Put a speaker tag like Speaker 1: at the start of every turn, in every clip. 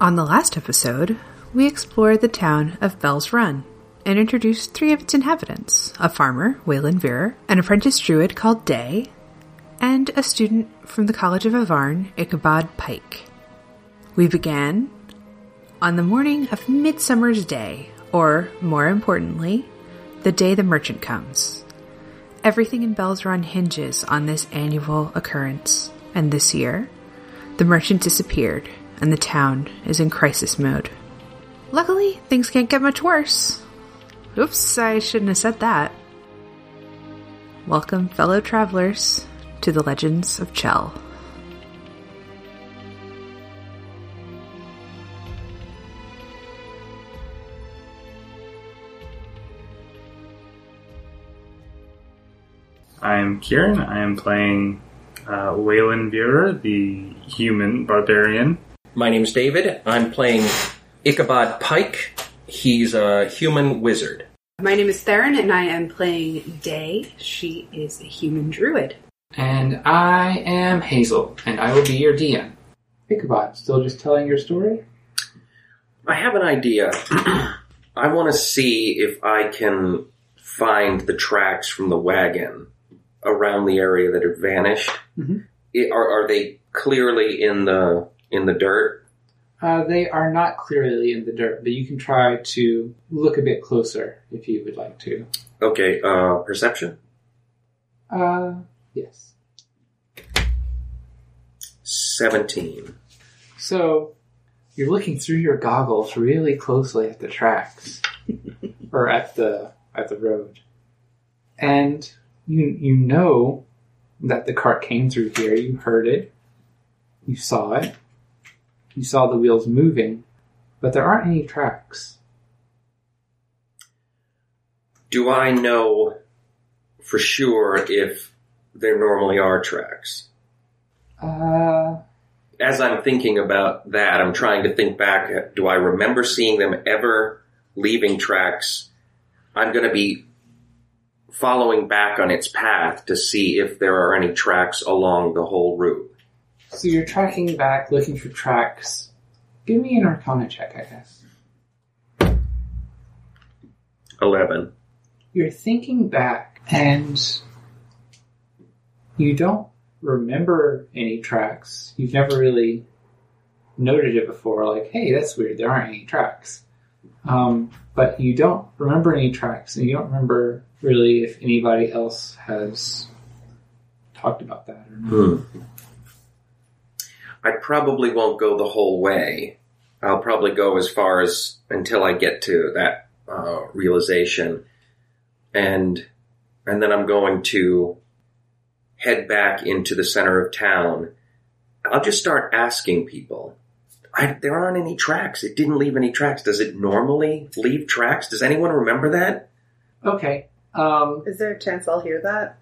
Speaker 1: On the last episode, we explored the town of Bell's Run and introduced three of its inhabitants a farmer, Wayland Veer, an apprentice druid called Day, and a student from the College of Avarn, Ichabod Pike. We began on the morning of Midsummer's Day, or more importantly, the day the merchant comes. Everything in Bell's Run hinges on this annual occurrence, and this year, the merchant disappeared, and the town is in crisis mode. Luckily, things can't get much worse. Oops, I shouldn't have said that. Welcome, fellow travelers, to the Legends of Chell.
Speaker 2: I'm Kieran. I am playing uh, Waylon Burer, the human barbarian.
Speaker 3: My name's David. I'm playing Ichabod Pike. He's a human wizard.
Speaker 4: My name is Theron, and I am playing Day. She is a human druid.
Speaker 5: And I am Hazel, and I will be your DM. Ichabod, still just telling your story?
Speaker 3: I have an idea. I want to see if I can find the tracks from the wagon around the area that had vanished.
Speaker 5: Mhm.
Speaker 3: I- are, are they clearly in the in the dirt?
Speaker 5: Uh, they are not clearly in the dirt, but you can try to look a bit closer if you would like to.
Speaker 3: Okay, uh, perception.
Speaker 5: Uh, yes.
Speaker 3: Seventeen.
Speaker 5: So, you're looking through your goggles really closely at the tracks, or at the at the road, and you you know that the cart came through here. You heard it, you saw it, you saw the wheels moving, but there aren't any tracks.
Speaker 3: Do I know for sure if there normally are tracks?
Speaker 5: Uh,
Speaker 3: as I'm thinking about that, I'm trying to think back. Do I remember seeing them ever leaving tracks? I'm going to be following back on its path to see if there are any tracks along the whole route.
Speaker 5: so you're tracking back, looking for tracks. Give me an Arcana check, I guess.
Speaker 3: 11.
Speaker 5: you're thinking back and you don't remember any tracks. You've never really noted it before, like, hey, that's weird, there aren't any tracks. Um, but you don't remember any tracks, and you don't remember really if anybody else has talked about that or not.
Speaker 3: I probably won't go the whole way. I'll probably go as far as until I get to that uh, realization, and and then I'm going to head back into the center of town. I'll just start asking people. I, there aren't any tracks. It didn't leave any tracks. Does it normally leave tracks? Does anyone remember that?
Speaker 5: Okay. Um,
Speaker 4: Is there a chance I'll hear that?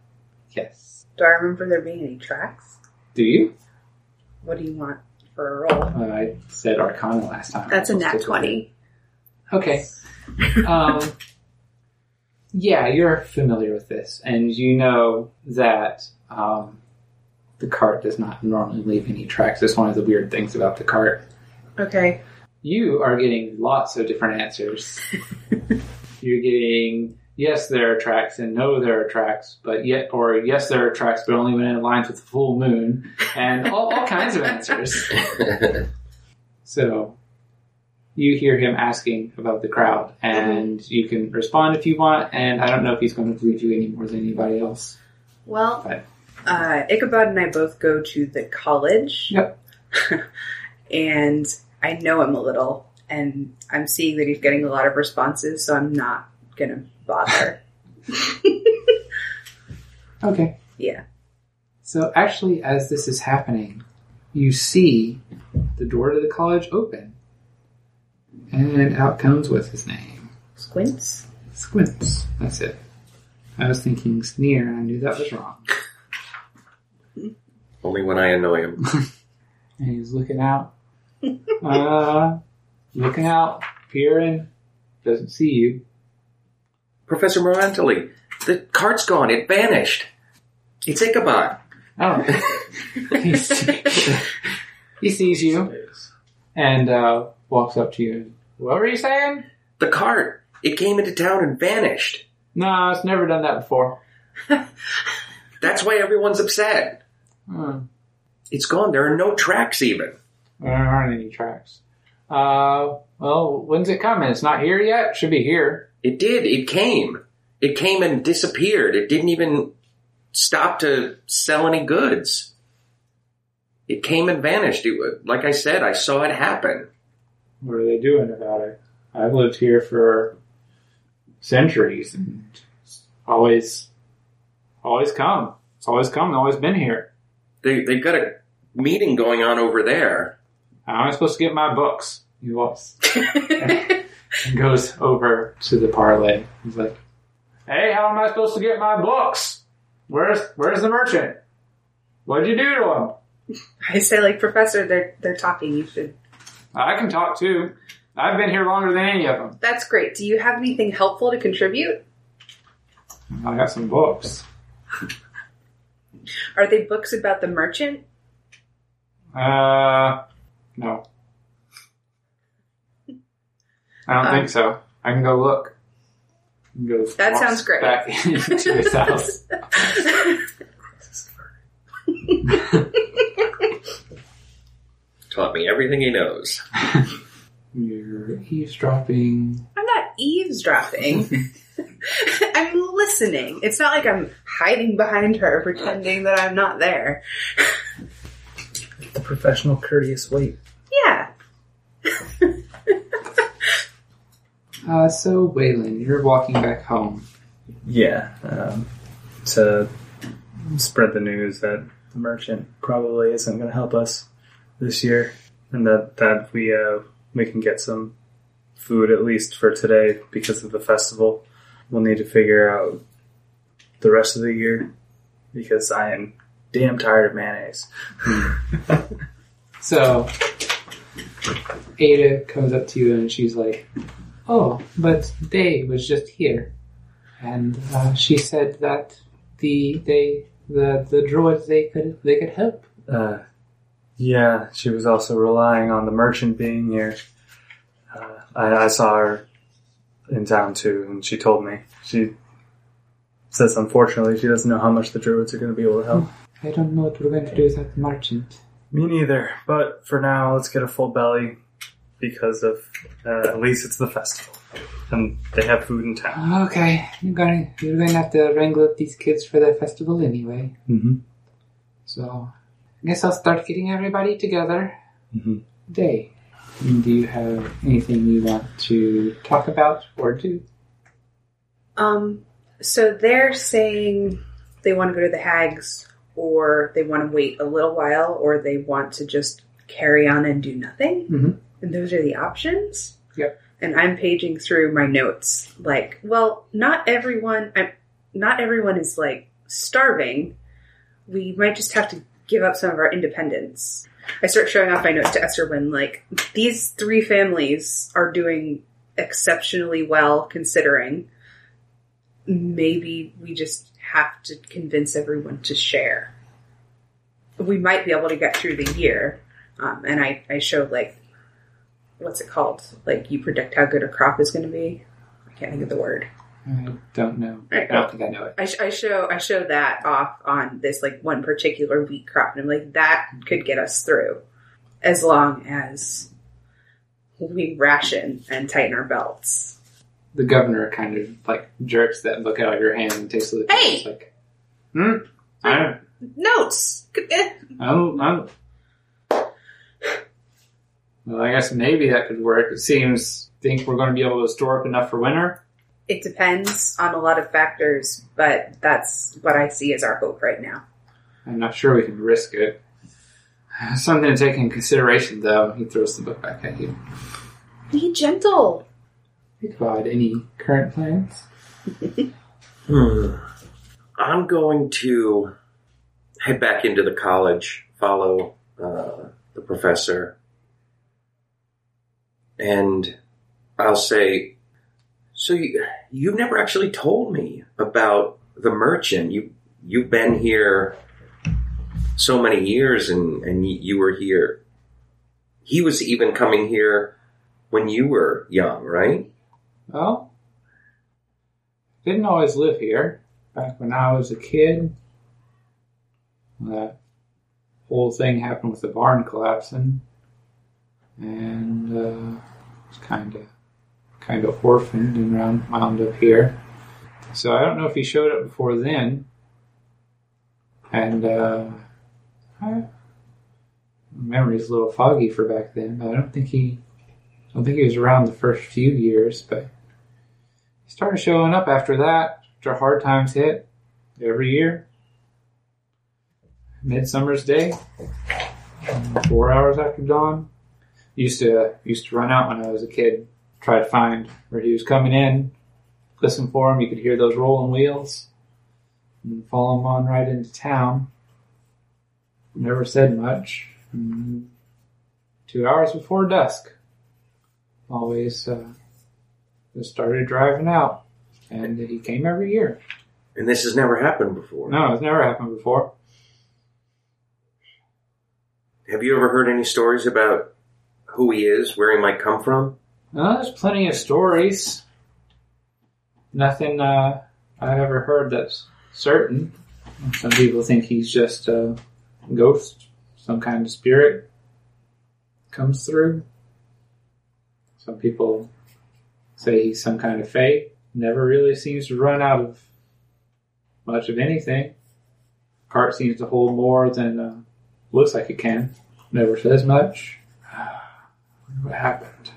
Speaker 5: yes.
Speaker 4: Do I remember there being any tracks?
Speaker 5: Do you?
Speaker 4: What do you want for a roll?
Speaker 5: Uh, I said Arcana last time.
Speaker 4: That's a
Speaker 5: Let's
Speaker 4: nat
Speaker 5: stick with it.
Speaker 4: 20.
Speaker 5: Okay. Um, yeah, you're familiar with this, and you know that um, the cart does not normally leave any tracks. It's one of the weird things about the cart.
Speaker 4: Okay.
Speaker 5: You are getting lots of different answers. you're getting yes, there are tracks, and no, there are tracks, but yet, or yes, there are tracks, but only when it aligns with the full moon, and all, all kinds of answers. So you hear him asking about the crowd, and you can respond if you want. And I don't know if he's going to believe you any more than anybody else.
Speaker 4: Well,
Speaker 5: Right.
Speaker 4: uh, Ichabod and I both go to the college.
Speaker 5: Yep.
Speaker 4: and I know him a little, and I'm seeing that he's getting a lot of responses, so I'm not going to bother.
Speaker 5: Okay.
Speaker 4: yeah.
Speaker 5: So actually, as this is happening, you see the door to the college open, and out comes what's his name,
Speaker 4: Squints?
Speaker 5: Squints. That's it. I was thinking sneer, and I knew that was wrong.
Speaker 3: Only when I annoy him.
Speaker 5: and he's looking out, uh, looking out, peering. Doesn't see you.
Speaker 3: Professor Morantoli, the cart's gone. It vanished. It's Ichabod.
Speaker 5: Oh. he sees you and uh, walks up to you. and, What were you saying?
Speaker 3: The cart. It came into town and vanished.
Speaker 5: No, it's never done that before.
Speaker 3: That's why everyone's upset.
Speaker 5: Hmm.
Speaker 3: It's gone. There are no tracks even.
Speaker 5: There aren't any tracks. Uh, well, when's it coming? It's not here yet. Should be here.
Speaker 3: It did. It came. It came and disappeared. It didn't even stop to sell any goods. It came and vanished. It, wa- like I said, I saw it happen.
Speaker 5: What are they doing about it? I've lived here for centuries and it's always, always come. It's always come. and Always been here.
Speaker 3: They, they've got a meeting going on over there.
Speaker 5: How am I supposed to get my books? He walks and goes over to the parlay. He's like, "Hey, how am I supposed to get my books? Where's Where's the merchant? What'd you do to him?
Speaker 4: I say, like, Professor, they're they're talking. You should.
Speaker 5: I can talk too. I've been here longer than any of them.
Speaker 4: That's great. Do you have anything helpful to contribute?
Speaker 5: I got some books.
Speaker 4: Are they books about the merchant?
Speaker 5: Uh, no, I don't
Speaker 4: Um,
Speaker 5: think so. I can go look." And Goes
Speaker 4: That
Speaker 5: walks
Speaker 4: sounds great.
Speaker 5: Back into his house.
Speaker 3: Taught me everything he knows.
Speaker 5: You're eavesdropping.
Speaker 4: I'm not eavesdropping. I'm listening. It's not like I'm hiding behind her, pretending that I'm not there.
Speaker 6: The professional courteous wait.
Speaker 4: Yeah.
Speaker 5: Uh, so Waylon, you're walking back home.
Speaker 6: Yeah, um, to
Speaker 2: Spread the news that
Speaker 6: the merchant probably isn't going to help us this year.
Speaker 2: and that that we uh, we can get some food at least for today because of the festival. We'll need to figure out the rest of the year because I am damn tired of mayonnaise.
Speaker 5: So Ada comes up to you and she's like, "Oh, but they was just here, and uh, she said that the they the the druids they could they could help."
Speaker 2: Uh, yeah, she was also relying on the merchant being here. Uh, I, I saw her in town too, and she told me she says unfortunately she doesn't know how much the druids are going to be able to help.
Speaker 5: I don't know what we're going to do without the merchant.
Speaker 2: Me neither. But for now, let's get a full belly because of uh, at least it's the festival, and they have food in town.
Speaker 5: Okay, you're going you're going to have to wrangle up these kids for the festival anyway.
Speaker 2: Mm-hmm.
Speaker 5: So I guess I'll start getting everybody together.
Speaker 2: Mhm.
Speaker 5: Day. Do you have anything you want to talk about or do?
Speaker 4: Um. So they're saying they want to go to the hags, or they want to wait a little while, or they want to just carry on and do nothing.
Speaker 5: Mhm.
Speaker 4: And those are the options.
Speaker 5: Yep.
Speaker 4: And I'm paging through my notes, like, well, not everyone. I'm not everyone is like starving. We might just have to give up some of our independence. I start showing off my notes to Esterwin, like these three families are doing exceptionally well considering maybe we just have to convince everyone to share. We might be able to get through the year. Um, and I, I showed like, what's it called? Like you predict how good a crop is going to be. I can't think of the word.
Speaker 5: I don't know.
Speaker 4: Right.
Speaker 5: I don't think I know it.
Speaker 4: I, sh- I show I show that off on this like one particular wheat crop, and I'm like that could get us through as long as we ration and tighten our belts.
Speaker 5: The governor kind of like jerks that book out of your hand and takes a look. at it.
Speaker 4: Hey!
Speaker 5: It's like, hmm. I
Speaker 4: Notes. Eh.
Speaker 5: don't. I don't. I don't. Well, I guess maybe that could work. It seems. Think we're going to be able to store up enough for winter.
Speaker 4: It depends on a lot of factors, but that's what I see as our hope right now.
Speaker 5: I'm not sure we can risk it. Something to take in consideration, though. He throws the book back at you.
Speaker 4: Be gentle.
Speaker 5: Think about any current plans.
Speaker 3: Hmm. I'm going to head back into the college, follow uh, the professor, and I'll say, "So you, you've never actually told me about the merchant. You you've been here so many years, and and y- you were here he was even coming here when you were young, right?
Speaker 5: Well, didn't always live here. Back when I was a kid, that whole thing happened with the barn collapsing, and uh, was kind of kind of orphaned and round, wound up here. So I don't know if he showed up before then, and uh, I, my memory's a little foggy for back then. But I don't think he, I don't think he was around the first few years, but he started showing up after that. After hard times hit, every year, midsummer's day, um, four hours after dawn. Used to used to run out when I was a kid, try to find where he was coming in, listen for him. You could hear those rolling wheels, and follow him on right into town. Never said much. Mm, Two hours before dusk, always uh, just started driving out, and he came every year.
Speaker 3: And this has never happened before.
Speaker 5: No, it's never happened before.
Speaker 3: Have you ever heard any stories about who he is, where he might come from?
Speaker 5: Well, there's plenty of stories. Nothing uh, I've ever heard that's certain. Some people think he's just a ghost, some kind of spirit comes through. Some people say he's some kind of fae. Never really seems to run out of much of anything. Cart seems to hold more than uh, looks like it can. Never says much. Wonder what happened?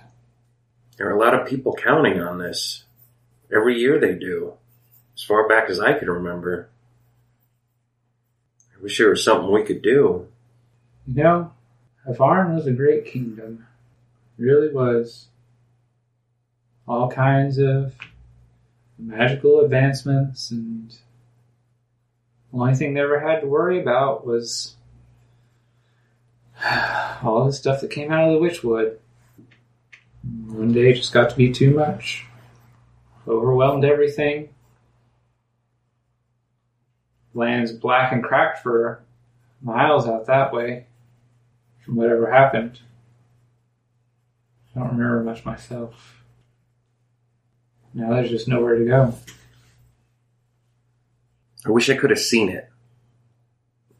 Speaker 3: There are a lot of people counting on this. Every year they do. As far back as I can remember. I wish there was something we could do.
Speaker 5: You know, Havarn was a great kingdom. It really was. All kinds of magical advancements, and the only thing they ever had to worry about was all the stuff that came out of the Witchwood. One day it just got to be too much. Overwhelmed everything. Land's black and cracked for miles out that way from whatever happened. I don't remember much myself. Now there's just nowhere to go.
Speaker 3: I wish I could have seen it.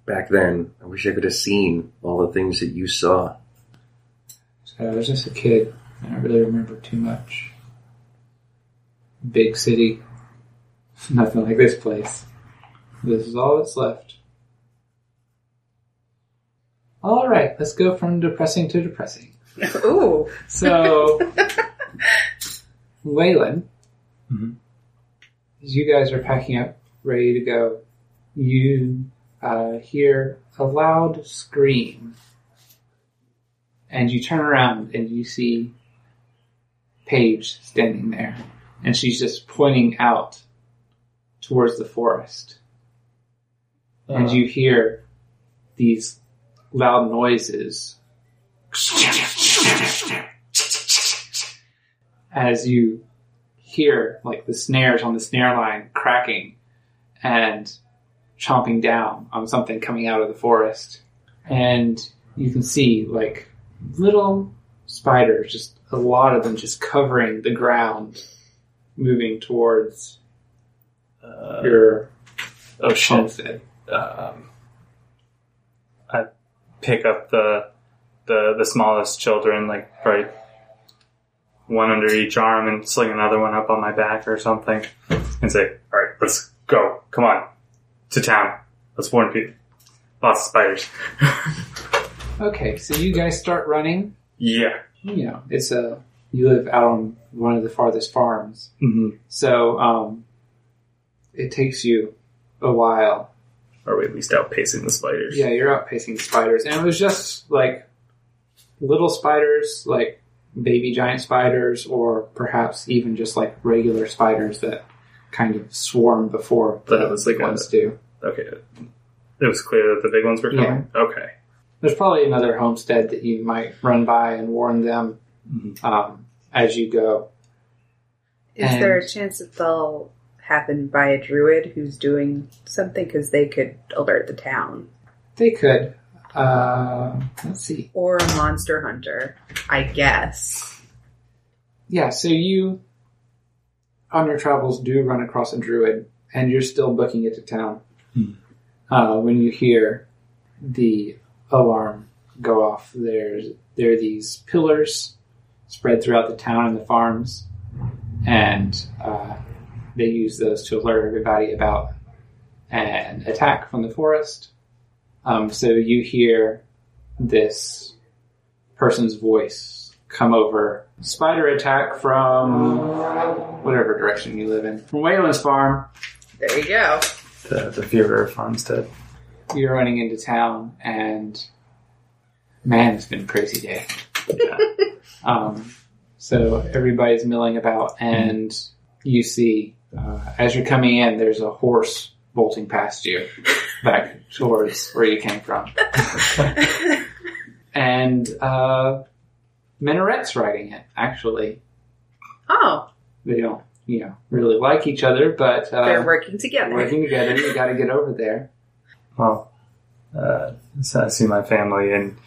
Speaker 3: Back then, I wish I could have seen all the things that you saw.
Speaker 5: So I was just a kid. I don't really remember too much. Big city. Nothing like this place. This is all that's left. All right, let's go from depressing to depressing.
Speaker 4: Ooh.
Speaker 5: So, Waylon,
Speaker 2: Mhm.
Speaker 5: as you guys are packing up, ready to go, you uh, hear a loud scream. And you turn around and you see Paige standing there. And she's just pointing out towards the forest. And you hear these loud noises as you hear like the snares on the snare line cracking and chomping down on something coming out of the forest. And you can see like little spiders, just a lot of them just covering the ground, moving towards
Speaker 2: Uh,
Speaker 5: your
Speaker 2: oh shit!
Speaker 5: homestead.
Speaker 2: Um, I pick up the the the smallest children, like probably one under each arm, and sling another one up on my back or something, and say, "All right, let's go. Come on, to town. Let's warn people. Lots of spiders.
Speaker 5: Okay, so you guys start running.
Speaker 2: Yeah.
Speaker 5: You know, it's a you live out on one of the farthest farms.
Speaker 2: hmm
Speaker 5: So um, it takes you a while.
Speaker 2: Are we at least outpacing the spiders?
Speaker 5: Yeah, you're outpacing spiders, and it was just like little spiders, like baby giant spiders, or perhaps even just like regular spiders that kind of swarm before
Speaker 2: But it was
Speaker 5: big
Speaker 2: like a-
Speaker 5: ones do.
Speaker 2: Okay. It was clear that the big ones were coming. Okay.
Speaker 5: There's probably another homestead that you might run by and warn them
Speaker 2: Mm-hmm.
Speaker 5: um, as you go.
Speaker 4: Is
Speaker 5: And-
Speaker 4: there a chance that they'll happen by a druid who's doing something because they could alert the town?
Speaker 5: They could. Uh, let's see.
Speaker 4: or a monster hunter, I guess.
Speaker 5: Yeah, so you, on your travels, do run across a druid, and you're still booking it to town uh, when you hear the alarm go off. There's there are these pillars spread throughout the town and the farms, and uh, they use those to alert everybody about an attack from the forest. Um, so you hear this person's voice come over. Spider attack from whatever direction you live in. From Wayland's farm.
Speaker 4: There you go.
Speaker 2: The, the Fuhrer of Farmstead.
Speaker 5: you're running into town and man it's been a crazy day um, so everybody's milling about and you see uh, as you're coming in there's a horse bolting past you back towards where you came from and uh, minaret's riding it actually
Speaker 4: Oh,
Speaker 5: they don't you know really like each other but uh,
Speaker 4: they're working together.
Speaker 5: working together you got to get over there
Speaker 2: Well, uh, so I see my family and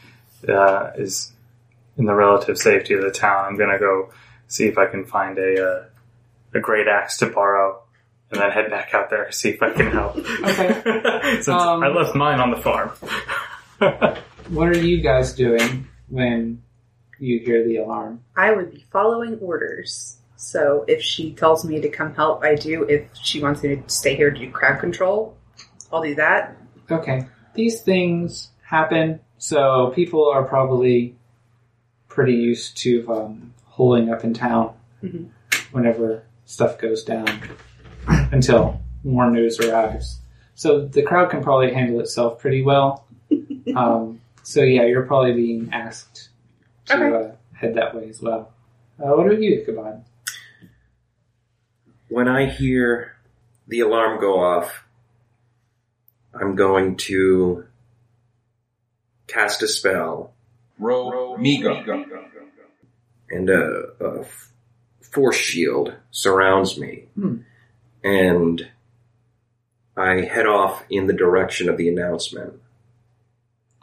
Speaker 2: uh, is in the relative safety of the town. I'm gonna go see if I can find a uh, a great axe to borrow, and then head back out there see if I can help.
Speaker 5: okay
Speaker 2: Since
Speaker 5: Um,
Speaker 2: I left mine on the farm.
Speaker 5: What are you guys doing when you hear the alarm?
Speaker 4: I would be following orders. So if she tells me to come help, I do. If she wants me to stay here to do crowd control, I'll do that.
Speaker 5: Okay. These things happen, so people are probably pretty used to um, holding up in town
Speaker 4: Mhm.
Speaker 5: whenever stuff goes down until more news arrives. So the crowd can probably handle itself pretty well. um, so yeah, you're probably being asked to
Speaker 4: Okay.
Speaker 5: uh, head that way as well. Uh, what about you, Ichabod?
Speaker 3: when I hear the alarm go off, I'm going to cast a spell
Speaker 7: Row Migo.
Speaker 3: and a, a f- force shield surrounds me.
Speaker 5: Hmm.
Speaker 3: And I head off in the direction of the announcement.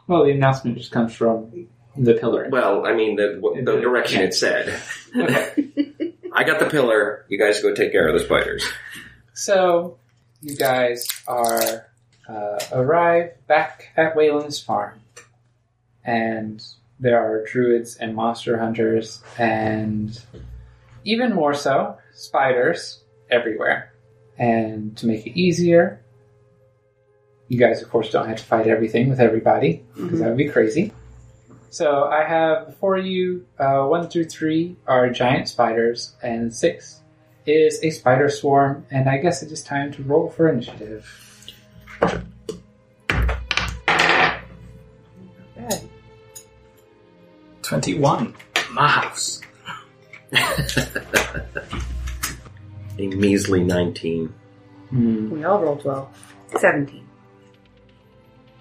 Speaker 5: Well, the announcement just comes from the pillar.
Speaker 3: Well, I mean, the, w- the direction it said.
Speaker 5: Okay.
Speaker 3: I got the pillar. You guys go take care of the spiders.
Speaker 5: So, you guys are uh, arrive back at Wayland's farm, and there are druids and monster hunters, and even more so, spiders everywhere. And to make it easier, you guys, of course, don't have to fight everything with everybody because that would be crazy. So, I have before you uh, one through three are giant spiders, and six is a spider swarm, and I guess it is time to roll for initiative.
Speaker 4: Okay.
Speaker 6: 21. My house.
Speaker 3: A measly 19.
Speaker 5: Hmm.
Speaker 4: We all rolled well. 17.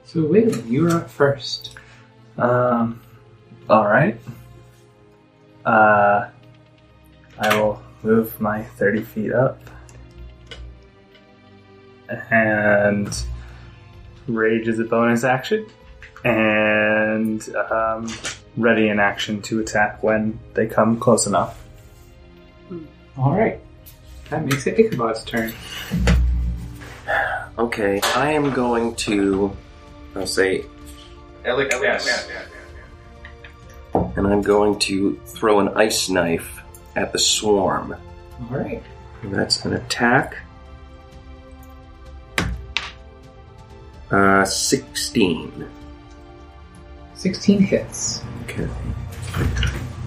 Speaker 5: So, Waylon, you are up first.
Speaker 2: Um, all right. Uh, I will move my 30 feet up and rage is a bonus action and um, ready in action to attack when they come close enough.
Speaker 5: All right. That makes it Ichabod's turn.
Speaker 3: Okay, I am going to. I'll say
Speaker 7: Alex. Alex.
Speaker 3: and I'm going to throw an ice knife at the swarm.
Speaker 5: All right.
Speaker 3: And that's an attack. Uh, 16.
Speaker 5: 16 hits.
Speaker 3: Okay.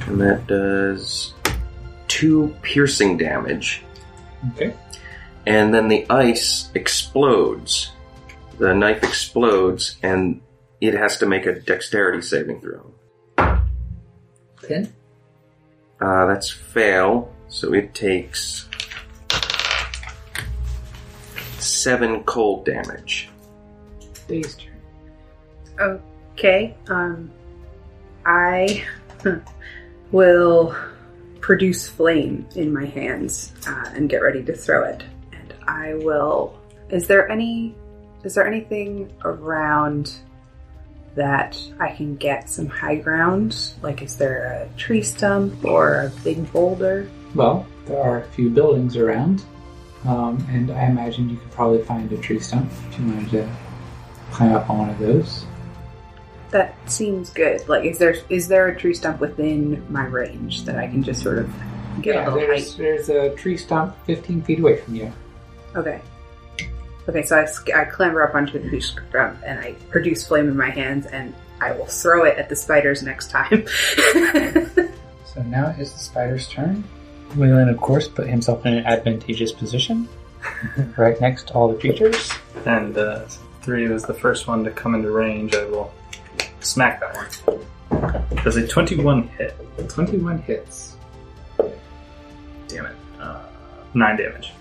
Speaker 3: And that does two piercing damage.
Speaker 5: Okay.
Speaker 3: And then the ice explodes. The knife explodes, and it has to make a dexterity saving throw.
Speaker 5: 10.
Speaker 3: Uh, that's fail, so it takes seven cold damage.
Speaker 5: Day's turn.
Speaker 4: Okay. Um, I hmm, will produce flame in my hands uh, and get ready to throw it. And I will. Is there any? Is there anything around that I can get some high ground? Like, is there a tree stump or a big boulder?
Speaker 5: Well, there are a few buildings around, um, and I imagine you could probably find a tree stump if you wanted to climb up on one of those.
Speaker 4: That seems good. Like, is there is there a tree stump within my range that I can just sort of get a little height?
Speaker 5: there's, there's a tree stump 15 feet away from you.
Speaker 4: Okay. Okay, so I, sc- I clamber up onto the tree stump and I produce flame in my hands and I will throw it at the spiders next time.
Speaker 5: So now it is the spider's turn. Wayland, of course, put himself in an advantageous position, right next to all the creatures.
Speaker 2: And uh, three was the first one to come into range. I will smack that one. Does a 21 hit?
Speaker 5: 21 hits.
Speaker 2: Damn it. Uh, nine damage.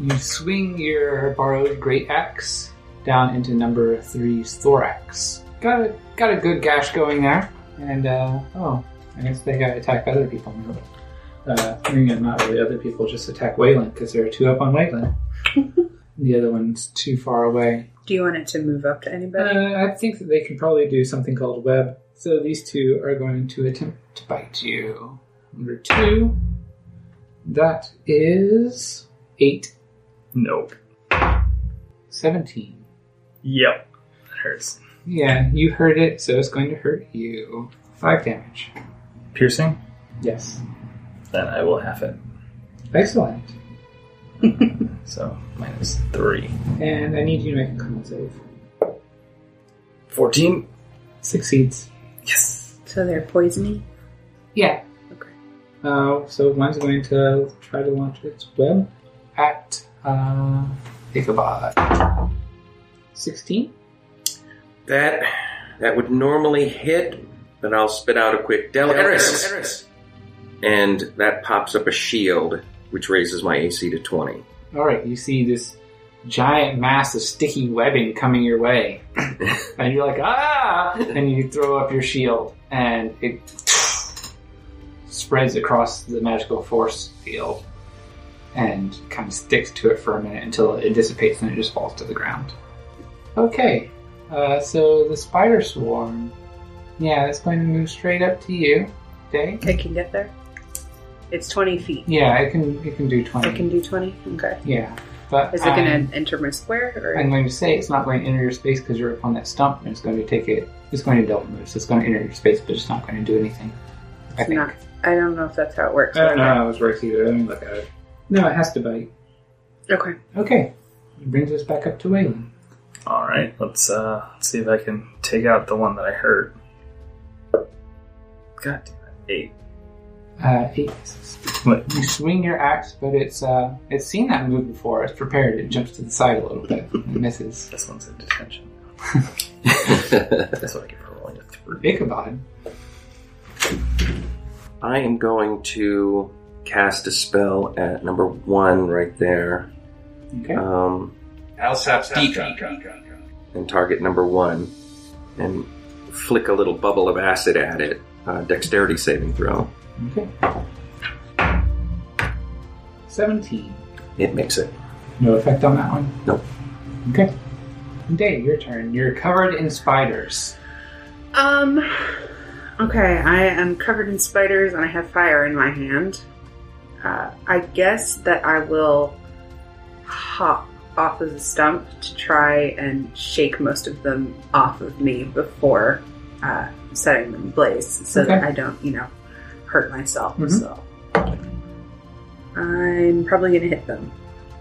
Speaker 5: You swing your borrowed great axe down into number three's thorax. Got a got a good gash going there, and uh, oh, I guess they got to attack other people now. Uh, I mean, not really other people, just attack Wayland because there are two up on Wayland. the other one's too far away.
Speaker 4: Do you want it to move up to anybody?
Speaker 5: Uh, I think that they can probably do something called web. So these two are going to attempt to bite you. Number two, that is eight,
Speaker 2: Nope.
Speaker 5: 17.
Speaker 2: Yep. That hurts.
Speaker 5: Yeah, you heard it, so it's going to hurt you. Five damage.
Speaker 2: Piercing?
Speaker 5: Yes.
Speaker 2: Then I will half it.
Speaker 5: Excellent.
Speaker 2: So minus three.
Speaker 5: And I need you to make a con save.
Speaker 2: 14.
Speaker 5: Succeeds.
Speaker 4: so they're poisoning?
Speaker 5: Yeah.
Speaker 4: Okay.
Speaker 5: Uh, so one's going to try to launch its web at uh, Ichabod. 16?
Speaker 3: That that would normally hit, but I'll spit out a quick Del Eris. And that pops up a shield, which raises my AC to 20.
Speaker 5: All right, you see this giant mass of sticky webbing coming your way, and you're like, ah! And you throw up your shield, and it spreads across the magical force field, and kind of sticks to it for a minute until it dissipates, and it just falls to the ground. Okay, uh, so the spider swarm, yeah, it's going to move straight up to you, Day.
Speaker 4: I can get there. It's 20 feet.
Speaker 5: Yeah, it can it can do twenty.
Speaker 4: I can do 20? Okay.
Speaker 5: yeah, but
Speaker 4: Is it going
Speaker 5: I'm-
Speaker 4: to enter my square?
Speaker 5: I'm
Speaker 4: Or?
Speaker 5: going to say it's not going to enter your space because you're up on that stump, and it's going to take it. It's going to delve move, so it's going to enter your space, but it's not going to do anything. I
Speaker 4: It's
Speaker 5: think.
Speaker 4: not. I don't know if that's how it works.
Speaker 5: I don't know how it works either. Let me look at it. No, it has to bite.
Speaker 4: Okay.
Speaker 5: Okay, it brings us back up to Wayland.
Speaker 2: All right. Let's uh, let's see if I can take out the one that I hurt. God damn it. Eight.
Speaker 5: Uh, eight.
Speaker 2: What?
Speaker 5: You swing your axe, but it's uh, it's seen that move before. It's prepared. It jumps to the side a little bit and misses.
Speaker 2: This one's in detention. That's what I get for rolling a three.
Speaker 5: Ichabod.
Speaker 3: I am going to cast a spell at number one right there.
Speaker 5: Okay.
Speaker 3: Um,
Speaker 7: Alsap's Deacon.
Speaker 3: and target number one and flick a little bubble of acid at it. Uh, dexterity saving throw.
Speaker 5: Okay. Seventeen.
Speaker 3: It makes it.
Speaker 5: No effect on that one?
Speaker 3: Nope.
Speaker 5: Okay. Dave, your turn. You're covered in spiders.
Speaker 4: Um. Okay, I am covered in spiders and I have fire in my hand. Uh, I guess that I will hop off of the stump to try and shake most of them off of me before uh, setting them ablaze so that
Speaker 5: Okay.
Speaker 4: I don't, you know, hurt myself.
Speaker 5: Mhm.
Speaker 4: So I'm probably going to hit them.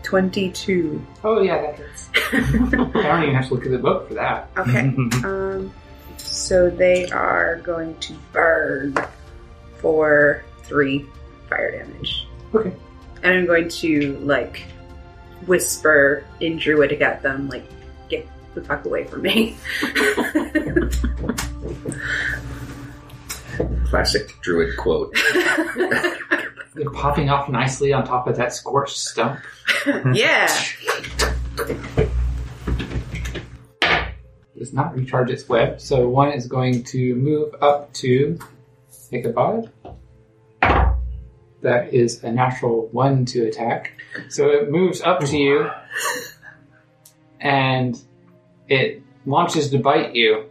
Speaker 4: 22.
Speaker 5: Oh, yeah, that hits. I don't even have to look at the book for that.
Speaker 4: Okay. Um, so they are going to burn for three fire damage.
Speaker 5: Okay.
Speaker 4: And I'm going to, like, whisper in Druidic at them, like, get the fuck away from me.
Speaker 3: Classic druid quote.
Speaker 5: You're popping off nicely on top of that scorched stump.
Speaker 4: yeah.
Speaker 5: It does not recharge its web, so one is going to move up to Ichabod. That is a natural one to attack. So it moves up to you and it launches to bite you.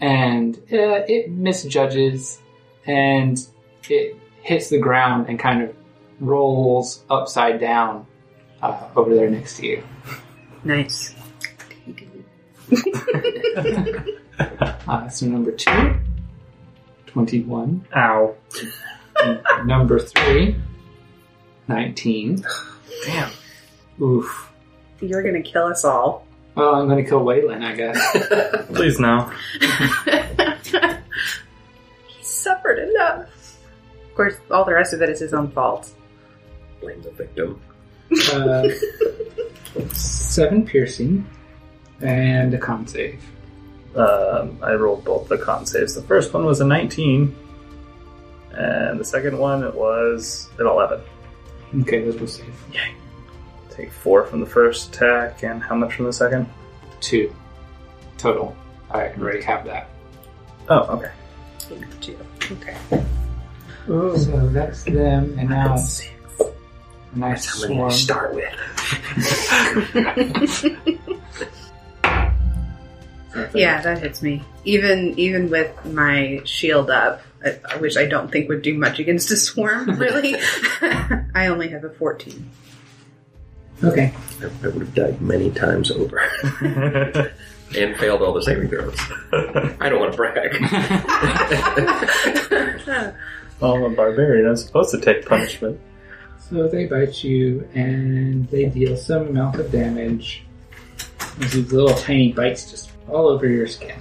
Speaker 5: and uh, it misjudges and it hits the ground and kind of rolls upside down uh, over there next to you.
Speaker 1: Nice.
Speaker 5: Uh, so number two, 21.
Speaker 2: Ow.
Speaker 5: number three, 19.
Speaker 2: Damn.
Speaker 5: Oof.
Speaker 4: You're gonna kill us all.
Speaker 5: Well, I'm going to kill Waylon, I guess.
Speaker 2: Please no.
Speaker 4: he suffered enough. Of course, all the rest of it is his own fault.
Speaker 3: Blame the victim.
Speaker 5: Uh, seven piercing and a con save.
Speaker 2: Um, I rolled both the con saves. The first one was a 19, and the second one it was an 11.
Speaker 5: Okay, those will save.
Speaker 2: Take four from the first attack, and how much from the second?
Speaker 5: Two total. I already have that.
Speaker 2: Oh, okay.
Speaker 4: Okay.
Speaker 3: Oh.
Speaker 5: So that's them, and now it's a nice
Speaker 3: That's how many I
Speaker 5: swarm.
Speaker 3: start with.
Speaker 4: Yeah, that hits me. Even even with my shield up, uh, which I don't think would do much against a swarm, really. I only have a fourteen.
Speaker 5: Okay,
Speaker 3: I, I would have died many times over and failed all the saving throws. I don't want to brag.
Speaker 2: well, I'm a barbarian. I'm supposed to take punishment.
Speaker 5: so they bite you, and they deal some amount of damage. There's these little tiny bites just all over your skin.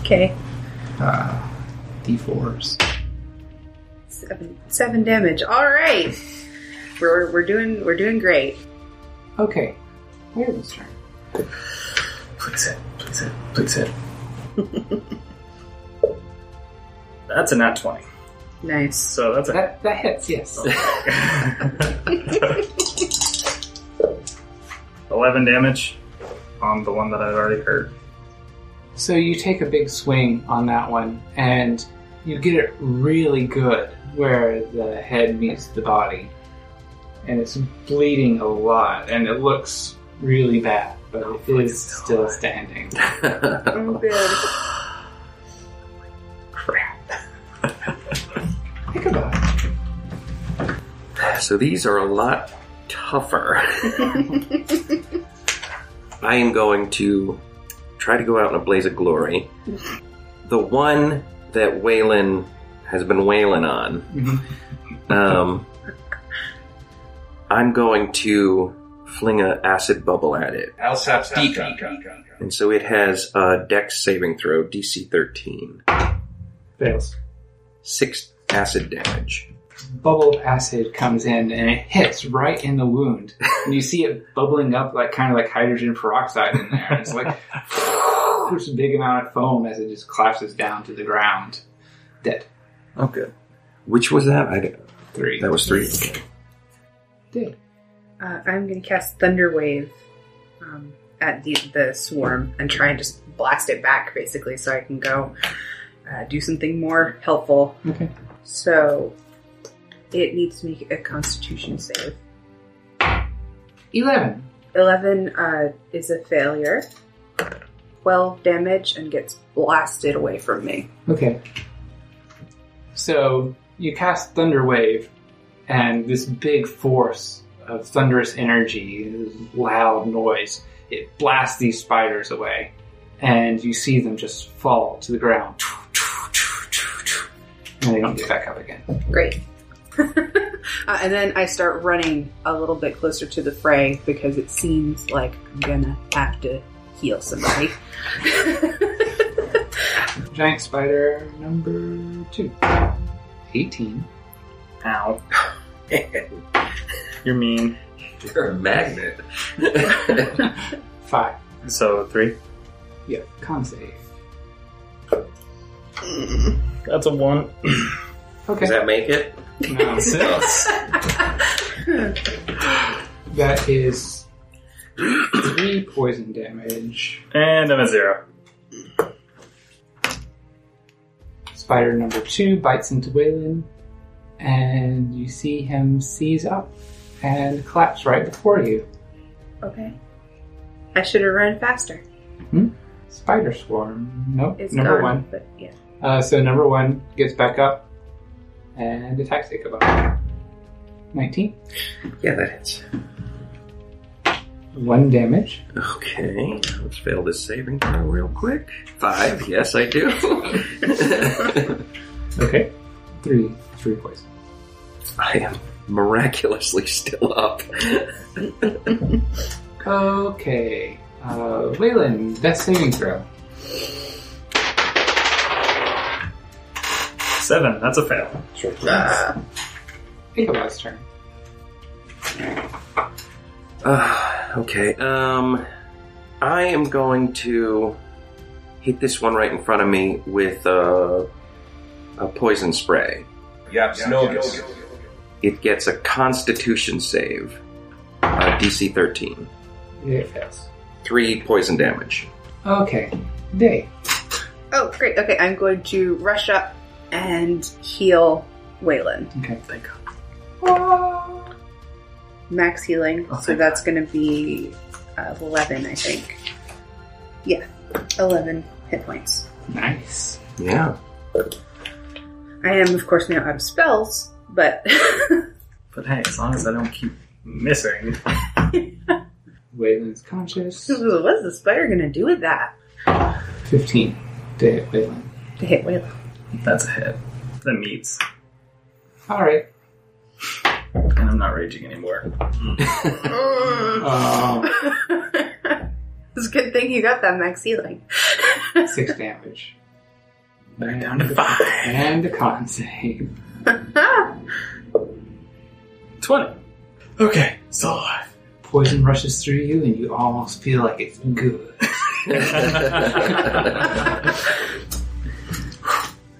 Speaker 4: Okay,
Speaker 5: Uh, D4s.
Speaker 4: seven seven damage. All right, we're we're doing we're doing great.
Speaker 5: Okay, Waylon's turn.
Speaker 2: Please hit. Please hit. Please hit. That's a nat 20.
Speaker 4: Nice.
Speaker 2: So that's a.
Speaker 5: That, that hits, yes.
Speaker 2: 11 damage on the one that I've already hurt.
Speaker 5: So you take a big swing on that one, and you get it really good where the head meets the body. And it's bleeding a lot, and it looks really bad, but it is still standing.
Speaker 4: Oh, good.
Speaker 5: Think about it.
Speaker 3: so these are a lot tougher. I am going to try to go out in a blaze of glory. The one that Waylon has been wailing on. Um, I'm going to fling an acid bubble at it.
Speaker 7: Alsap's Dika.
Speaker 3: And so it has a dex saving throw, DC 13.
Speaker 5: Fails.
Speaker 3: Six acid damage.
Speaker 5: Bubble of acid comes in, and it hits right in the wound. And you see it bubbling up, like kind of like hydrogen peroxide in there. And it's like, there's a big amount of foam as it just collapses down to the ground. Dead.
Speaker 3: Okay. Which was that? I, don't-
Speaker 5: Three.
Speaker 3: that was three. Okay.
Speaker 5: Dead.
Speaker 4: Uh, I'm going to cast Thunder Wave um, at the, the swarm and try and just blast it back, basically, so I can go uh, do something more helpful.
Speaker 5: Okay.
Speaker 4: So it needs to make a Constitution save.
Speaker 5: 11.
Speaker 4: 11 uh, is a failure, 12 damage, and gets blasted away from me.
Speaker 5: Okay. So you cast Thunder Wave, and this big force of thunderous energy, this loud noise, it blasts these spiders away, and you see them just fall to the ground. And they don't get back up again.
Speaker 4: Great. uh, and then I start running a little bit closer to the fray because it seems like I'm gonna have to heal somebody.
Speaker 5: Giant spider number two. 18.
Speaker 2: Ow. You're mean.
Speaker 3: You're a magnet.
Speaker 5: Five.
Speaker 2: So, three.
Speaker 5: Yeah, con save.
Speaker 2: That's a one.
Speaker 5: Okay.
Speaker 3: Does that make it?
Speaker 5: No, six. that is three poison damage.
Speaker 2: And I'm at zero.
Speaker 5: Spider number two bites into Waylon, and you see him seize up and collapse right before you.
Speaker 4: Okay. I should have run faster.
Speaker 5: Hmm? Spider Swarm. Nope.
Speaker 4: It's
Speaker 5: number
Speaker 4: gone,
Speaker 5: one.
Speaker 4: but yeah.
Speaker 5: Uh, so number one gets back up and attacks Ichabod. 19.
Speaker 3: Yeah, that hits.
Speaker 5: One damage.
Speaker 3: Okay, let's fail this saving throw real quick. Five, yes, I do.
Speaker 5: Okay. Three. Three poison.
Speaker 3: I am miraculously still up.
Speaker 5: Okay. Uh, Waylon, death saving throw.
Speaker 2: Seven. That's a fail.
Speaker 3: Ah.
Speaker 5: Ichabod's turn.
Speaker 3: Ah, okay, um, I am going to hit this one right in front of me with a, a poison spray.
Speaker 7: Yep, Snogus.
Speaker 3: It gets a Constitution save, uh, DC 13.
Speaker 5: It fails.
Speaker 3: Three poison damage.
Speaker 5: Okay. Day.
Speaker 4: Oh, great. Okay, I'm going to rush up and heal Waylon.
Speaker 5: Okay.
Speaker 4: Max healing.
Speaker 2: Oh,
Speaker 4: so
Speaker 2: thank
Speaker 4: that's going to be uh, 11, I think. Yeah, 11 hit points.
Speaker 5: Nice.
Speaker 3: Yeah.
Speaker 4: I am, of course, now out of spells, but
Speaker 2: But hey, as long as I don't keep missing,
Speaker 5: Waylon's conscious.
Speaker 4: what's the spider going to do with that?
Speaker 5: 15 to hit Waylon.
Speaker 4: To hit Waylon.
Speaker 2: that's a hit. That meets,
Speaker 5: Alright.
Speaker 2: and I'm not raging anymore.
Speaker 5: Um,
Speaker 4: it's a good thing you got that max healing.
Speaker 5: six damage.
Speaker 2: Back down to five.
Speaker 5: And a con save.
Speaker 2: Twenty. Okay, still alive.
Speaker 5: Poison rushes through you, and you almost feel like it's good.
Speaker 2: That's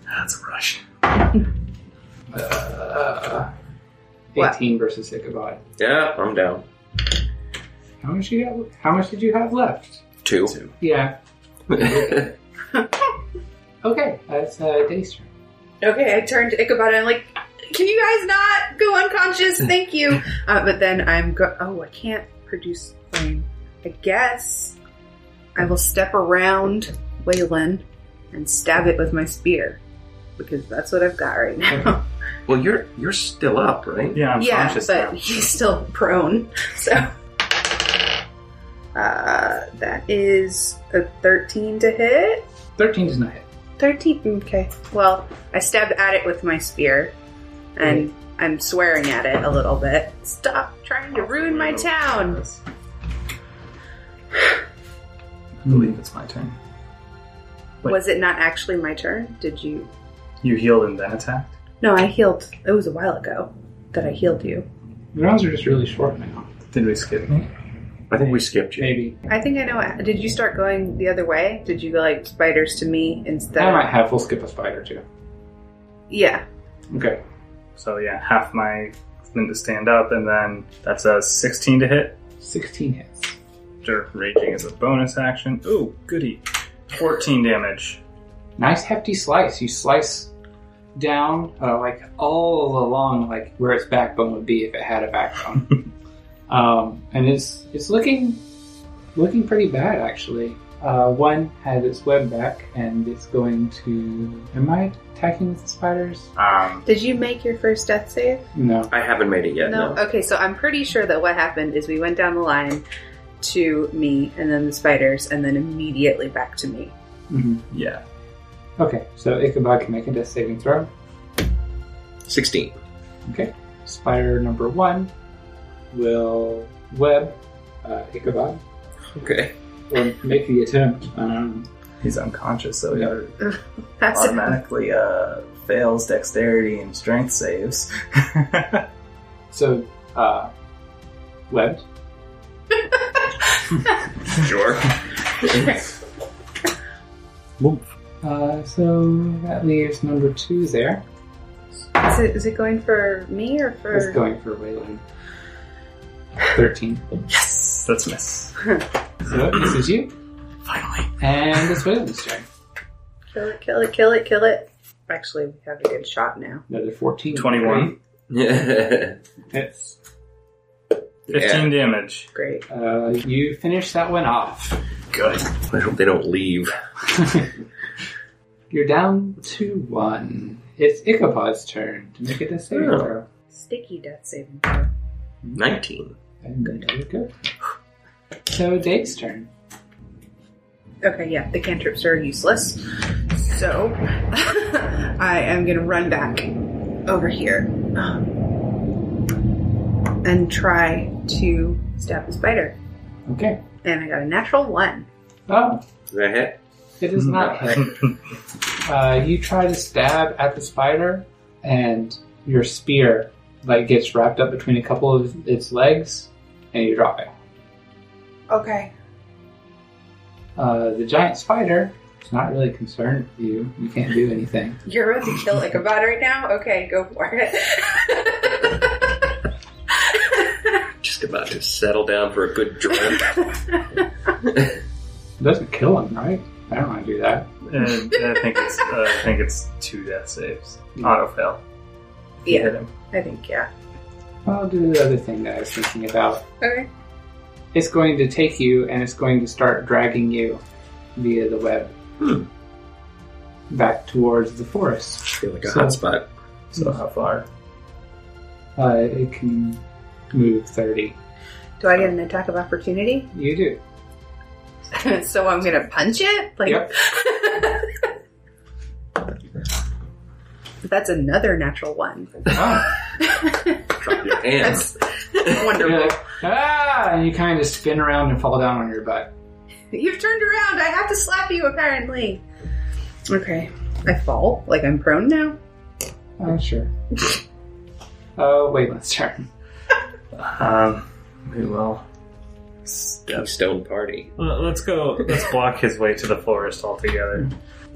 Speaker 2: a rush.
Speaker 5: Uh,
Speaker 4: What?
Speaker 5: 18 versus Ichabod.
Speaker 3: yeah, I'm down.
Speaker 5: How much you got? How much did you have left?
Speaker 3: Two.
Speaker 2: Two.
Speaker 5: Yeah. Okay, that's uh, Day's turn.
Speaker 4: Okay, I turned to Ichabod and I'm like, can you guys not go unconscious? Thank you. Uh, but then I'm go- oh, I can't produce flame. I guess I will step around Waylon and stab it with my spear because that's what I've got right now.
Speaker 3: well, you're you're still up, right?
Speaker 2: Yeah, I'm
Speaker 4: yeah,
Speaker 2: conscious
Speaker 4: but
Speaker 2: now.
Speaker 4: he's still prone. So uh, that is a 13 to hit.
Speaker 5: 13 does not hit.
Speaker 4: 13. Okay. Well, I stabbed at it with my spear, and I'm swearing at it a little bit. Stop trying to ruin my town!
Speaker 2: I believe it's my turn. Wait.
Speaker 4: Was it not actually my turn? Did you?
Speaker 2: You healed and then attacked.
Speaker 4: No, I healed. It was a while ago that I healed you.
Speaker 5: The rounds are just really short now.
Speaker 2: Did we skip me?
Speaker 3: I think we skipped you.
Speaker 5: Maybe.
Speaker 4: I think I know. what- Did you start going the other way? Did you go like spiders to me instead?
Speaker 5: I
Speaker 4: of-
Speaker 5: might have. We'll skip a spider too.
Speaker 4: Yeah.
Speaker 5: Okay.
Speaker 2: So yeah, half my thing to stand up, and then that's a 16 to hit.
Speaker 5: 16 hits.
Speaker 2: After raging is a bonus action. Ooh, goody. 14 damage.
Speaker 5: Nice hefty slice. You slice down, uh, like all along, like where its backbone would be if it had a backbone. um, and it's it's looking looking pretty bad actually. Uh, one has its web back, and it's going to. Am I attacking with the spiders?
Speaker 2: Um,
Speaker 4: Did you make your first death save?
Speaker 5: No.
Speaker 3: I haven't made it yet. Uh, No.
Speaker 4: Okay, so I'm pretty sure that what happened is we went down the line to me, and then the spiders, and then immediately back to me.
Speaker 5: hmm
Speaker 2: yeah.
Speaker 5: Okay, so Ichabod can make a death saving throw.
Speaker 3: Sixteen.
Speaker 5: Spider number one will web uh, Ichabod
Speaker 3: Okay.
Speaker 5: or make the attempt. Um,
Speaker 6: He's unconscious,
Speaker 2: Oh,
Speaker 6: so he
Speaker 5: Yeah.
Speaker 6: auto-
Speaker 4: That's it.
Speaker 6: automatically uh, fails dexterity and strength saves.
Speaker 5: So, uh, webbed.
Speaker 3: Sure.
Speaker 5: Uh, so that leaves number two there.
Speaker 4: Is it, is it going for me or for?
Speaker 5: That's going for Waylon. Thirteen.
Speaker 2: That's a miss.
Speaker 5: So this is you,
Speaker 2: Finally.
Speaker 5: and it's Waylon's turn.
Speaker 4: Kill it! Kill it! Kill it! Kill it! Actually, we have a good shot now.
Speaker 5: Another fourteen.
Speaker 2: 21.
Speaker 3: Yeah.
Speaker 5: Hits.
Speaker 2: 15 damage.
Speaker 4: Great.
Speaker 5: Uh, you finish that one off.
Speaker 6: Good.
Speaker 3: I hope they don't leave.
Speaker 5: You're down to one. It's Ichabod's turn to make a death saving
Speaker 3: Oh.
Speaker 5: throw.
Speaker 4: Sticky death saving throw.
Speaker 3: 19.
Speaker 5: And there you go. So Dave's turn.
Speaker 4: Okay, yeah, the cantrips are useless. So I am gonna run back over here um, and try to stab the spider.
Speaker 5: Okay.
Speaker 4: And I got a natural one.
Speaker 5: Oh,
Speaker 3: Is that hit?
Speaker 5: it is not hit. Uh, you try to stab at the spider, and your spear like gets wrapped up between a couple of its legs, and you drop it.
Speaker 4: Okay.
Speaker 5: Uh, the giant spider is not really concerned with you. You can't do anything.
Speaker 4: You're about to kill Ichabod right now? Okay, go for it.
Speaker 3: Just about to settle down for a good drink.
Speaker 5: It doesn't kill him, right? I don't want to do that.
Speaker 2: And I think it's uh, I think it's two death saves. Auto fail. You
Speaker 4: yeah,
Speaker 2: hit him.
Speaker 4: I think, yeah.
Speaker 5: I'll do the other thing that I was thinking about.
Speaker 4: Okay.
Speaker 5: It's going to take you, and it's going to start dragging you via the web
Speaker 3: Hmm.
Speaker 5: back towards the forest.
Speaker 3: feel like a
Speaker 5: So-
Speaker 3: hot spot.
Speaker 2: Mm.
Speaker 6: So how far?
Speaker 5: Uh, it can move 30.
Speaker 4: Do I get an attack of opportunity?
Speaker 5: You do.
Speaker 4: so I'm gonna punch it? Like
Speaker 5: Yep.
Speaker 4: That's another natural one.
Speaker 5: Oh.
Speaker 3: Drop your hands.
Speaker 5: You're
Speaker 4: Wonderful.
Speaker 5: like, ah! And you kind of spin around and fall down on your butt.
Speaker 4: You've turned around. I have to slap you, apparently. Okay. I fall. Like I'm prone now.
Speaker 5: Oh, sure. Oh, wait, let's turn.
Speaker 2: Um, we will.
Speaker 3: Keystone Party.
Speaker 2: Well, let's go. Let's block his way to the forest altogether,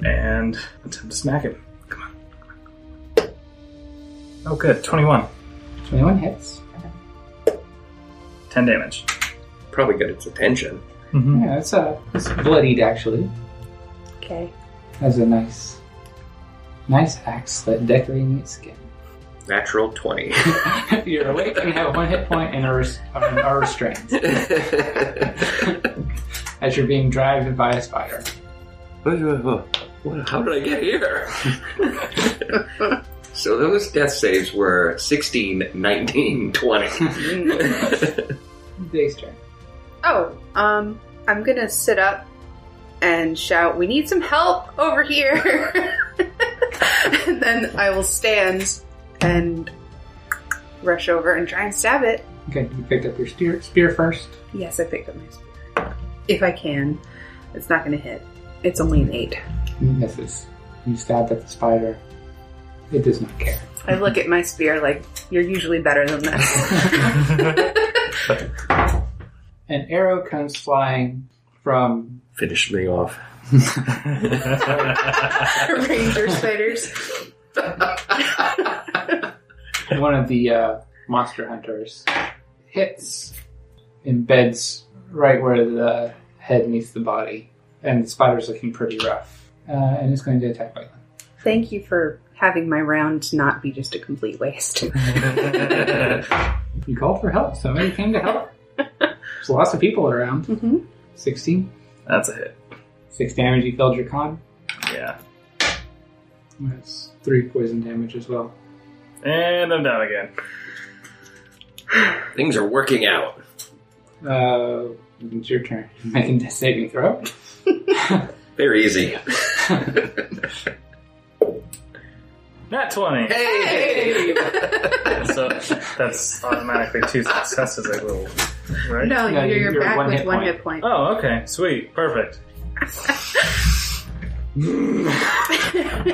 Speaker 2: and attempt to smack him. Come on. Oh, good. Twenty-one.
Speaker 5: 21 hits.
Speaker 2: Ten damage.
Speaker 3: Probably got its attention.
Speaker 2: Mm-hmm.
Speaker 5: Yeah, it's, uh, it's bloodied, actually.
Speaker 4: Okay.
Speaker 5: Has a nice, nice axe slit decorating its skin.
Speaker 3: Natural 20.
Speaker 5: You're awake and have one hit point and are, res- um, are restrained as you're being dragged by a spider.
Speaker 3: What- How did I get here? so those death saves were 16, 19, Mm. 20.
Speaker 5: Dave's turn.
Speaker 4: Oh, um, I'm gonna sit up and shout, We need some help over here! and then I will stand and rush over and try and stab it.
Speaker 5: Okay, you picked up your spear, spear first.
Speaker 4: Yes, I picked up my spear. If I can. It's not gonna hit. It's only an eight.
Speaker 5: You misses. You stabbed at the spider. It does not care.
Speaker 4: I look at my spear like, You're usually better than this.
Speaker 5: An arrow comes flying from.
Speaker 3: Finish me off.
Speaker 4: Ranger spiders.
Speaker 5: one of the uh, monster hunters hits, embeds right where the head meets the body, and the spider's looking pretty rough, uh, and it's going to attack Wayland.
Speaker 4: Thank you for having my round not be just a complete waste.
Speaker 5: You called for help. Somebody came to help. There's lots of people around.
Speaker 4: mm-hmm.
Speaker 5: 16.
Speaker 2: That's a hit.
Speaker 5: Six damage. You killed your con.
Speaker 2: Yeah.
Speaker 5: That's three poison damage as well.
Speaker 2: And I'm down again.
Speaker 3: Things are working out.
Speaker 5: Uh, it's your turn. Making death saving throw.
Speaker 3: Very easy.
Speaker 2: Not twenty.
Speaker 3: Hey!
Speaker 2: So that's automatically two successes. I will. Right.
Speaker 4: No,
Speaker 5: Yeah,
Speaker 4: you're,
Speaker 5: you're
Speaker 4: back
Speaker 5: one
Speaker 4: with
Speaker 5: hit
Speaker 4: one
Speaker 5: point.
Speaker 4: hit point.
Speaker 2: Oh, okay. Sweet. Perfect.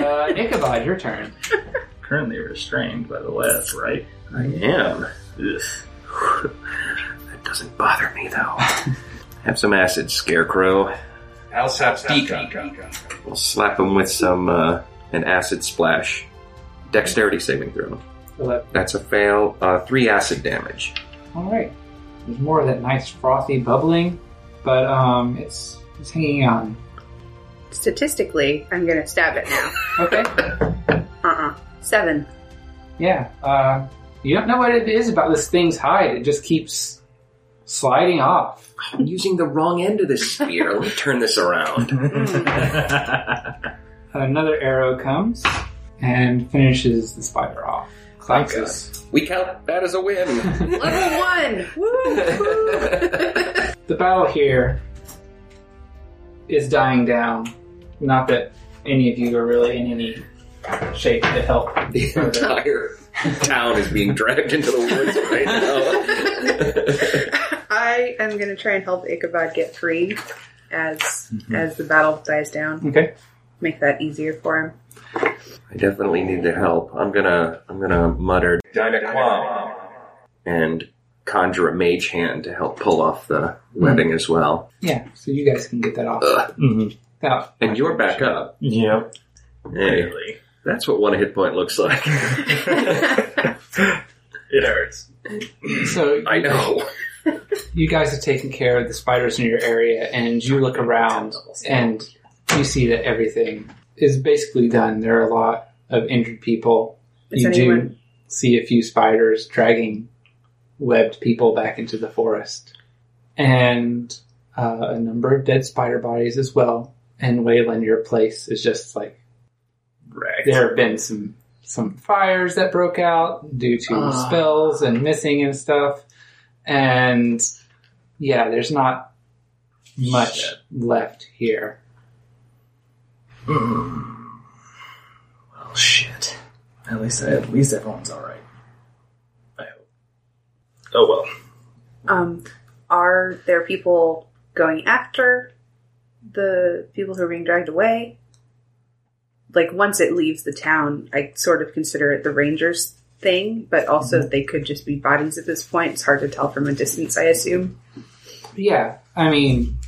Speaker 5: Uh, Ichabod, your turn.
Speaker 2: Currently restrained by the web, right?
Speaker 3: I am. Ugh. That doesn't bother me though. Have some acid, Scarecrow.
Speaker 7: Alsop's
Speaker 3: Deacon.
Speaker 7: drunk, drunk, drunk.
Speaker 3: We'll slap him with some uh, an acid splash. Dexterity saving throw.
Speaker 5: Philip.
Speaker 3: That's a fail. Uh, three acid damage.
Speaker 5: All right. There's more of that nice frothy bubbling, but um, it's it's hanging on.
Speaker 4: Oh, Statistically, I'm gonna stab it now.
Speaker 5: Okay.
Speaker 4: Uh uh Seven.
Speaker 5: Yeah. Uh, you don't know what it is about this thing's hide. It just keeps sliding off.
Speaker 3: I'm using the wrong end of this spear. Let me turn this around.
Speaker 4: Hmm.
Speaker 5: Another arrow comes and finishes the spider off. Claxus.
Speaker 3: We count that as a win.
Speaker 4: Level one. Woo!
Speaker 5: the battle here is dying down. Not that any of you are really in any shape to help.
Speaker 3: The entire town is being dragged into the woods right now.
Speaker 4: I am going to try and help Ichabod get free as
Speaker 5: Mm-hmm.
Speaker 4: as the battle dies down.
Speaker 5: Okay.
Speaker 4: Make that easier for him.
Speaker 3: I definitely need the help. I'm gonna I'm gonna mutter
Speaker 7: Dynaclom.
Speaker 3: and conjure a mage hand to help pull off the webbing as well.
Speaker 5: Yeah, so you guys can get that off.
Speaker 3: Ugh.
Speaker 2: Mhm.
Speaker 5: Now,
Speaker 3: And you're back up.
Speaker 2: Yep.
Speaker 3: Hey,
Speaker 6: Really?
Speaker 3: that's what one hit point looks like.
Speaker 6: It hurts.
Speaker 5: so
Speaker 3: I know.
Speaker 5: you guys have taken care of the spiders in your area, and you look around and you see that everything is basically done. There are a lot of injured people.
Speaker 4: Is
Speaker 5: you do
Speaker 4: anyone-
Speaker 5: see a few spiders dragging webbed people back into the forest, and uh, a number of dead spider bodies as well. And Wayland, your place is just like
Speaker 6: Right.
Speaker 5: there have been some some fires that broke out due to
Speaker 6: Ah.
Speaker 5: spells and missing and stuff and yeah there's not much
Speaker 6: Shit.
Speaker 5: left here
Speaker 6: Well, Oh, shit. At least at least everyone's all right. I hope. Oh well.
Speaker 4: Um, are there people going after the people who are being dragged away? Like once it leaves the town, I sort of consider it the rangers thing, but also they could just be bodies at this point. It's hard to tell from a distance, I assume.
Speaker 5: yeah i mean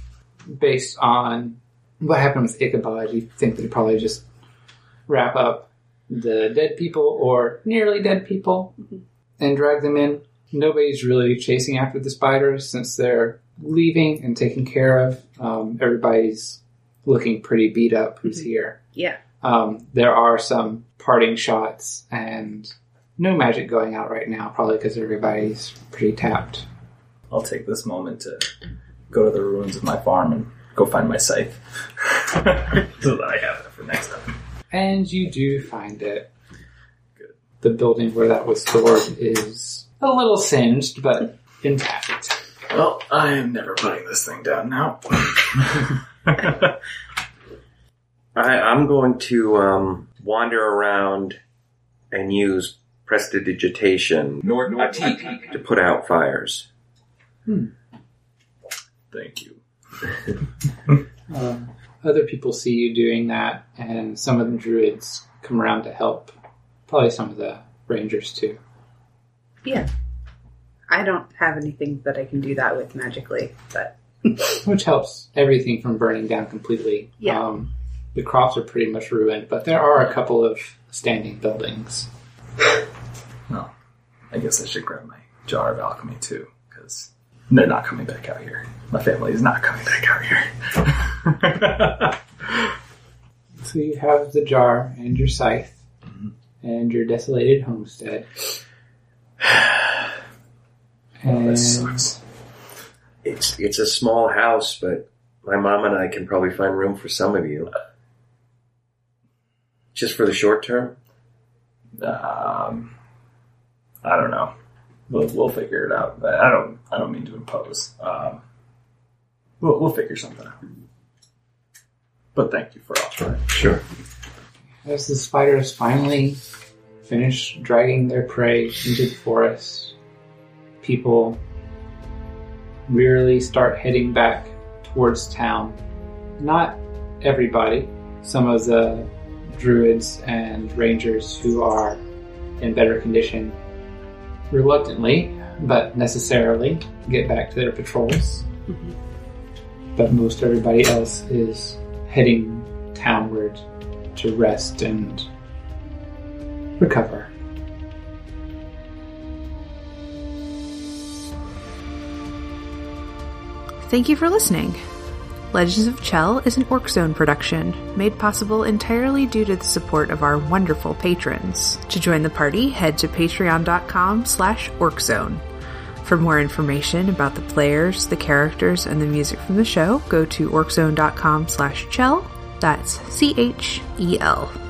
Speaker 5: based on what happened with ichabod you think they'd probably just wrap up the dead people or nearly dead people and drag them in nobody's really chasing after the spiders since they're leaving and taken care of. Um, everybody's looking pretty beat up who's here.
Speaker 4: Yeah.
Speaker 5: Um, there are some parting shots and no magic going out right now, probably because everybody's pretty tapped.
Speaker 6: I'll take this moment to go to the ruins of my farm and go find my scythe. so that I have it for next time.
Speaker 5: And you do find it. The building where that was stored is a little singed, but intact.
Speaker 6: Well, I am never putting this thing down now.
Speaker 3: I, I'm going to um, wander around and use prestidigitation
Speaker 7: North
Speaker 3: to put out fires.
Speaker 6: Thank you.
Speaker 5: Um, other people see you doing that, and some of the druids come around to help. Probably some of the rangers too.
Speaker 4: Yeah. I don't have anything that I can do that with magically, but
Speaker 5: which helps everything from burning down completely.
Speaker 4: Yeah.
Speaker 5: Um, the crops are pretty much ruined, but there are a couple of standing buildings.
Speaker 6: I guess I should grab my jar of alchemy too, because they're not coming back out here. My family is not coming back out here.
Speaker 5: So you have the jar and your scythe and your desolated homestead. and
Speaker 6: this sucks.
Speaker 3: It's it's a small house, but my mom and I can probably find room for some of you. Just for the short term?
Speaker 6: Um, I don't know. We'll, we'll figure it out. I I don't. I don't mean to impose. Um, we'll, we'll figure something out. But thank you for offering.
Speaker 3: Sure.
Speaker 5: As the spiders finally finish dragging their prey into the forest, people wearily start heading back towards town. Not everybody, some of the druids and rangers who are in better condition reluctantly, but necessarily, get back to their patrols.
Speaker 4: Mhm.
Speaker 5: But most everybody else is heading townward to rest and recover.
Speaker 1: Thank you for listening. Legends of Chell is an Orc Zone production, made possible entirely due to the support of our wonderful patrons. To join the party, head to patreon.com slash orczone.
Speaker 4: For more information about the players, the characters, and the music
Speaker 1: E
Speaker 4: from the show, go to orczone.com slash chell. That's C-H-E-L.